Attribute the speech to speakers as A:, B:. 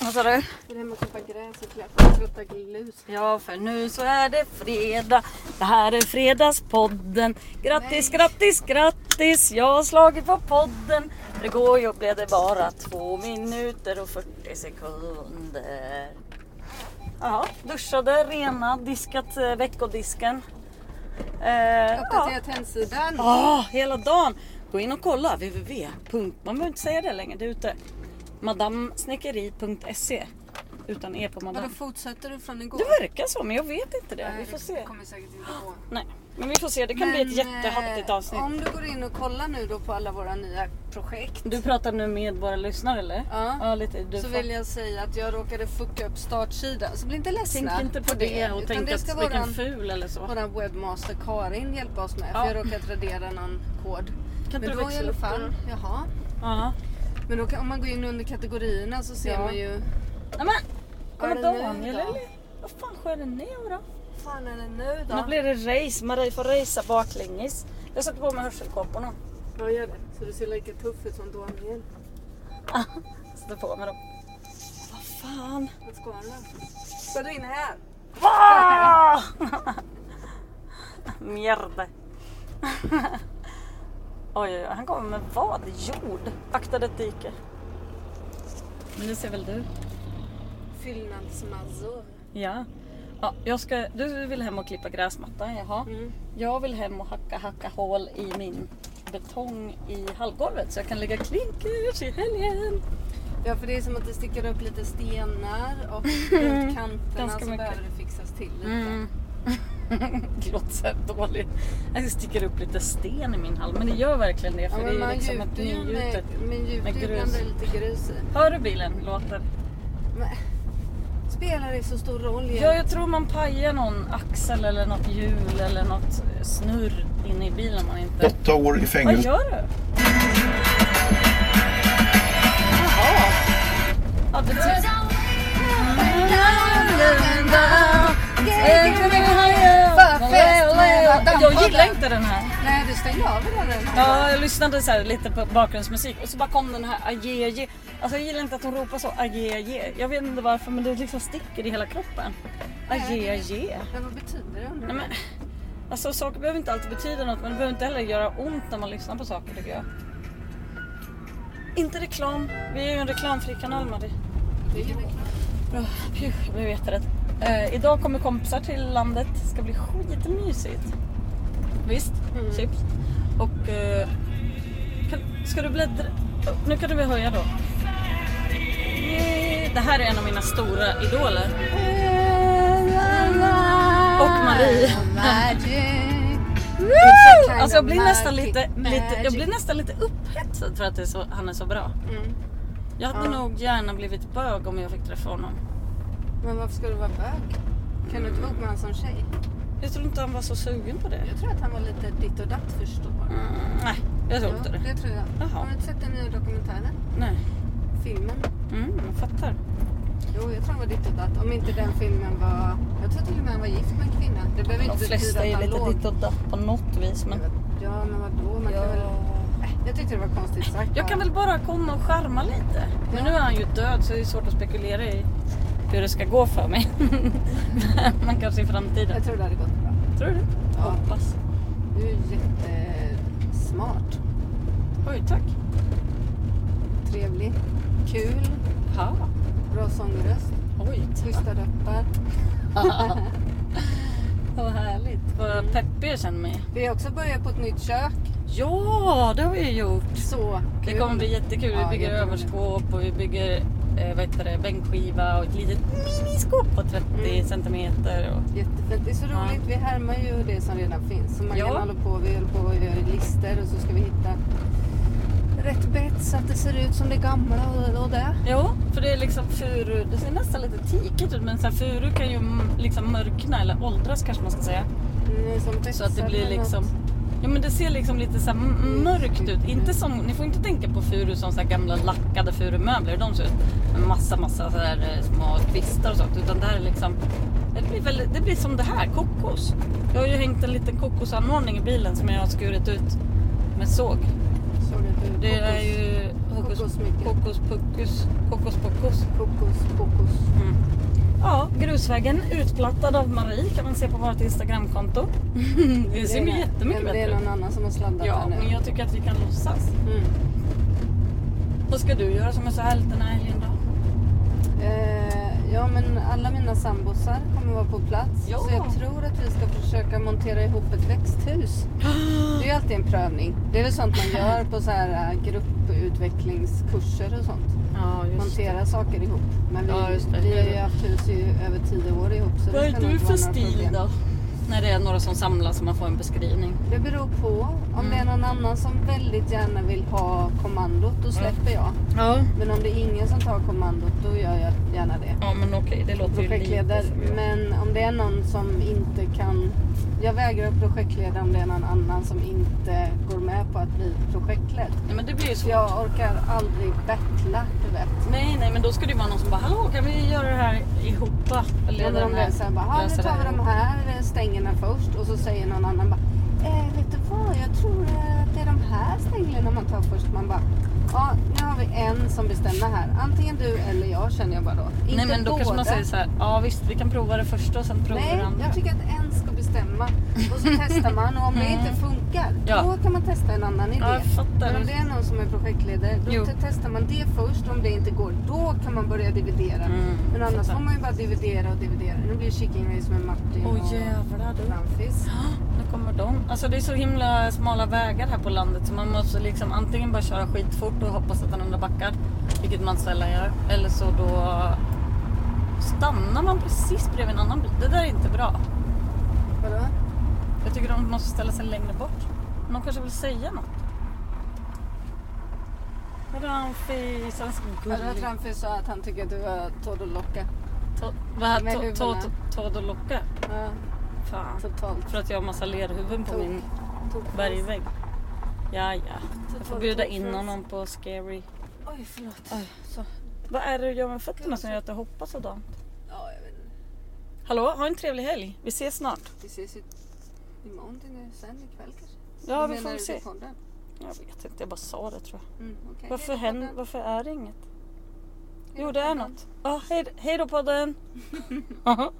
A: Vad sa du?
B: Vill hem och klippa gräs och klappa trötta glus.
A: Ja, för nu så är det fredag. Det här är Fredagspodden. Grattis, grattis, grattis. Jag har slagit på podden. Det går ju blev det bara två minuter och 40 sekunder. Jaha, duschade, rena, diskat eh, veckodisken. Eh, ja.
B: Uppdatera hemsidan.
A: Ah, hela dagen. Gå in och kolla www. Man behöver inte säga det längre, det är ute. Madamsnickeri.se Utan e på
B: Vadå
A: madam.
B: fortsätter du från igår?
A: Det verkar så, men jag vet inte det.
B: Nej,
A: Vi får se.
B: kommer säkert inte gå.
A: Nej, men vi får se. Det kan bli ett
B: Men,
A: jättehattigt
B: eh,
A: avsnitt.
B: Om du går in och kollar nu då på alla våra nya projekt.
A: Du pratar nu med våra lyssnare eller?
B: Ja.
A: ja lite. Du
B: så
A: får-
B: vill jag säga att jag råkade fucka upp startsidan. Så bli inte
A: Tänk
B: ledsna
A: inte på det och
B: utan
A: tänk
B: det ska
A: att vilken
B: våran,
A: ful eller så.
B: våran webbmaster Karin hjälpa oss med.
A: Ja.
B: För jag råkat radera någon kod.
A: Kan inte
B: Men
A: du
B: då i
A: växla
B: alla
A: upp
B: fall,
A: den?
B: jaha.
A: Ja.
B: Men då kan, om man går in under kategorierna så ser
A: Ja.
B: man ju...
A: Nej men!
B: Vad är
A: Kommer
B: det nu
A: Daniel
B: då?
A: eller? Vad fan sker det nu då?
B: Vad fan är det nu
A: Nu blir det race. Marie får racea baklänges. Jag sätter på mig hörselkåporna.
B: Ja gör det. Så du ser lika tuff ut som Daniel.
A: Sätter på mig dem. Vad fan?
B: Vad ska han då? Ska du in här?
A: Ah! Mjärde. oj, oj, oj, han kommer med vad? Jord? Akta ditt dike. Men det ser väl du?
B: Fyllnadsmassor.
A: Ja. ja jag ska, du vill hem och klippa gräsmattan, jaha.
B: Mm.
A: Jag vill hem och hacka, hacka hål i min betong i hallgolvet så jag kan lägga klinkers i helgen.
B: Ja för det är som att det sticker upp lite stenar och runt kanterna
A: Ganska
B: så
A: mycket.
B: behöver det fixas till lite.
A: det låter så här dåligt. Jag sticker upp lite sten i min hall, men det gör verkligen det
B: Ja
A: för
B: men
A: det är
B: man
A: liksom ett
B: gjuter ju med,
A: nygjutet.
B: men
A: med
B: gjuter ju
A: grus.
B: ibland är det lite grus i.
A: Hör du bilen låter?
B: Men, spelar det så stor roll
A: Ja, jag tror man pajar någon axel eller något hjul eller något snurr inne i bilen man inte...
C: åtta år i
A: Vad
C: fängelse.
A: gör du? Jaha. Ja, det ty- Eh, Jag gillar inte den här.
B: Nej du stängde av den eller?
A: Ja, jag lyssnade så här lite på bakgrundsmusik och så bara kom den här ajé ajé. Alltså jag gillar inte att hon ropar så ajé ajé. Jag vet inte varför men det liksom sticker i hela kroppen. Ajé ajé.
B: Men vad betyder det undrar
A: Nej, men, alltså saker behöver inte alltid betyda något men det behöver inte heller göra ont när man lyssnar på saker tycker jag. Inte reklam. Vi är ju en reklamfri kanal Marie.
B: Det är ju reklam.
A: Bra. Pju, jag blev jätterädd. Eh, idag kommer kompisar till landet. Det ska bli skitmysigt. Visst?
B: Mm.
A: Chips. Och... Eh, kan, ska du bläddra? Nu kan du väl höja då? Yay. Det här är en av mina stora idoler. Och Marie.
B: Magic.
A: It's
B: It's a
A: a
B: kind
A: alltså jag
B: of
A: blir, nästan
B: magic,
A: lite, lite, jag
B: magic.
A: blir nästan lite upphetsad för att det är så, han är så bra.
B: Mm.
A: Jag hade
B: Ja.
A: nog gärna blivit bög om jag fick träffa honom.
B: Men varför ska du vara bög? Kan du inte vara ihop med en sån tjej?
A: Jag tror inte han var så sugen på det.
B: Jag tror att han var lite ditt och datt förstår.
A: Mm, nej, jag tror inte det.
B: det tror jag.
A: Jaha.
B: Har du inte sett den nya dokumentären?
A: Nej.
B: Filmen?
A: Mm, jag fattar.
B: Jo, jag tror han var ditt och datt. Om inte den filmen var... Jag tror till och med han var gift med en kvinna. Det behöver
A: De
B: inte betyda
A: flesta
B: att
A: är
B: han
A: lite
B: låg.
A: ditt och datt på något vis. Men
B: Ja, men vadå? Man
A: Ja.
B: kan väl... Äh, Jag tyckte det var konstigt sagt.
A: jag kan
B: bara.
A: väl bara komma och charma lite. Men nu är han ju död så det är svårt att spekulera i hur det ska gå för mig. Man kanske i framtiden.
B: Jag tror det hade gått bra.
A: Tror du?
B: Ja.
A: Hoppas.
B: Du är jättesmart.
A: Oj, tack.
B: Trevlig. Kul.
A: Ha.
B: Bra sångröst.
A: Oj, tack.
B: Schyssta rappar.
A: Vad härligt. Vad peppig jag känner mig.
B: Vi har också börjat på ett nytt kök.
A: Ja, det har vi ju gjort.
B: Så kul.
A: Det kommer bli jättekul.
B: Ja,
A: vi bygger
B: jättekul.
A: överskåp och vi bygger eh, vad heter det, bänkskiva och ett litet miniskåp på 30
B: Mm.
A: centimeter. Och...
B: Jättefint. Det är så roligt. Vi härmar ju det som redan finns. Så man
A: Ja.
B: kan hålla på. Vi håller på och gör listor och så ska vi hitta rätt bett så att det ser ut som det gamla och- och det.
A: Jo, för det är liksom furu. Det ser nästan lite tikigt ut men så här, furu kan ju m- liksom mörkna eller åldras kanske man ska säga.
B: Mm, Som
A: Så att det
B: växer
A: blir
B: eller
A: liksom
B: något. Mm.
A: Ja men det ser liksom lite så här m- mörkt ut. Inte som, ni får inte tänka på furu som så här gamla lackade furumöbler, hur de ser ut. Med massa massa så här eh, små kvistar och sånt. Utan det här är liksom, det blir, väldigt, det blir som det här, kokos. Jag har ju hängt en liten kokosanordning i bilen som jag har skurit ut med såg.
B: såg det typ ut.
A: Det är ju hokus
B: Kokosmycket.
A: Kokos pokus. Kokos pokus.
B: Kokos, kokos.
A: Ja, grusvägen utplattad av Marie kan man se på vårt Instagramkonto. Det ser ju
B: är-
A: jättemycket
B: men
A: bättre
B: Det är
A: ut.
B: någon annan som har sladdat
A: Ja,
B: här nu.
A: men jag tycker att vi kan låtsas.
B: Mm.
A: Vad ska du göra som är så härligt den här helgen då?
B: Eh, ja, men alla mina sambosar kommer vara på plats.
A: Ja.
B: Så jag tror att vi ska försöka montera ihop ett växthus. Det är ju alltid en prövning. Det är väl sånt man gör på så här eh, grupputvecklingskurser och sånt.
A: Ja,
B: Montera saker ihop. Men vi,
A: Ja, just det.
B: vi har ju haft hus i över tio år ihop. Så
A: Vad
B: det
A: är
B: ska
A: du
B: nog inte
A: för
B: vara några
A: stil
B: problem.
A: då? När det är några som samlas och man får en beskrivning.
B: Det beror på. Om det är
A: Mm.
B: någon annan som väldigt gärna vill ha kommandot, då
A: Mm.
B: släpper jag.
A: Ja.
B: Men om det är ingen som tar kommandot, då gör jag gärna det.
A: Ja men okej, det låter ju lite
B: projektledare.
A: som jag.
B: Men om det är någon som inte kan... Jag vägrar att projektleda om det är någon annan som inte går med på att bli projektledd.
A: Nej, men det blir ju
B: Så
A: så.
B: jag orkar aldrig battla, du vet.
A: Nej nej men då skulle det ju vara någon som bara hallå kan vi göra det här ihop? va?" Eller
B: Eller om
A: den
B: det
A: här-
B: är såhär bara, "Ja, nu
A: lösa det
B: tar vi
A: här
B: de
A: ihop."
B: här stängerna först och så säger någon annan bara, eh, vet du vad, jag tror eh, att det är de här stängerna man tar först. Man bara, ja, nu har vi en som bestämmer här. Antingen du eller jag känner jag bara då. Inte
A: Nej men då kanske man
B: båda.
A: säger så här, ja visst vi kan prova det första och sen prova
B: Nej,
A: det andra.
B: jag tycker att en ska bestämma och så testar man och om det inte funkar
A: Mm. Ja.
B: då kan man testa en annan idé.
A: Ja, jag fattar.
B: Men om det är någon som är projektledare då
A: Jo.
B: te- testar man det först och om det inte går då kan man börja dividera.
A: Mm,
B: Men annars
A: fattar.
B: får man ju bara dividera och dividera. Nu blir det chicken race med Martin
A: Åh
B: och
A: jävlar du.
B: Ramfis.
A: Nu kommer de. Alltså det är så himla smala vägar här på landet så man måste liksom antingen bara köra skitfort och hoppas att den andra backar. Vilket man sällan gör. Eller så då stannar man precis bredvid en annan bil. Det där är inte bra.
B: Vadå?
A: Jag tycker de måste ställa sig längre bort. Någon kanske vill säga något. Ramfis, han är så
B: Hörde du att
A: gullig.
B: Ramfis sa att han tycker att du var Todd och Locke?
A: To- Vad här,
B: Med
A: to-
B: huvorna.
A: to- Todd och Locke?
B: Ja,
A: Fan.
B: totalt.
A: För att jag har massa lerhuvuden på
B: Tok.
A: min
B: Totalt.
A: bergvägg. Ja, ja. Jag får
B: Tok,
A: bjuda
B: tok,
A: in
B: tok.
A: honom på scary.
B: Oj, förlåt.
A: Oj, så. Vad är det du gör med fötterna som gör att du hoppar sådant?
B: Ja, jag vet inte.
A: Hallå, ha en trevlig helg. Vi ses snart.
B: Vi ses ju imorgon till sen ikväll kanske?
A: Ja,
B: Vad
A: vi
B: menar
A: får väl
B: du
A: se.
B: till podden?
A: Jag vet inte, jag bara sa det tror jag.
B: Mm, okej.
A: Varför,
B: Hej då,
A: händer,
B: podden.
A: varför är det inget?
B: Hej
A: Jo,
B: då,
A: det är
B: podden.
A: något. Ah, hej, hej då podden!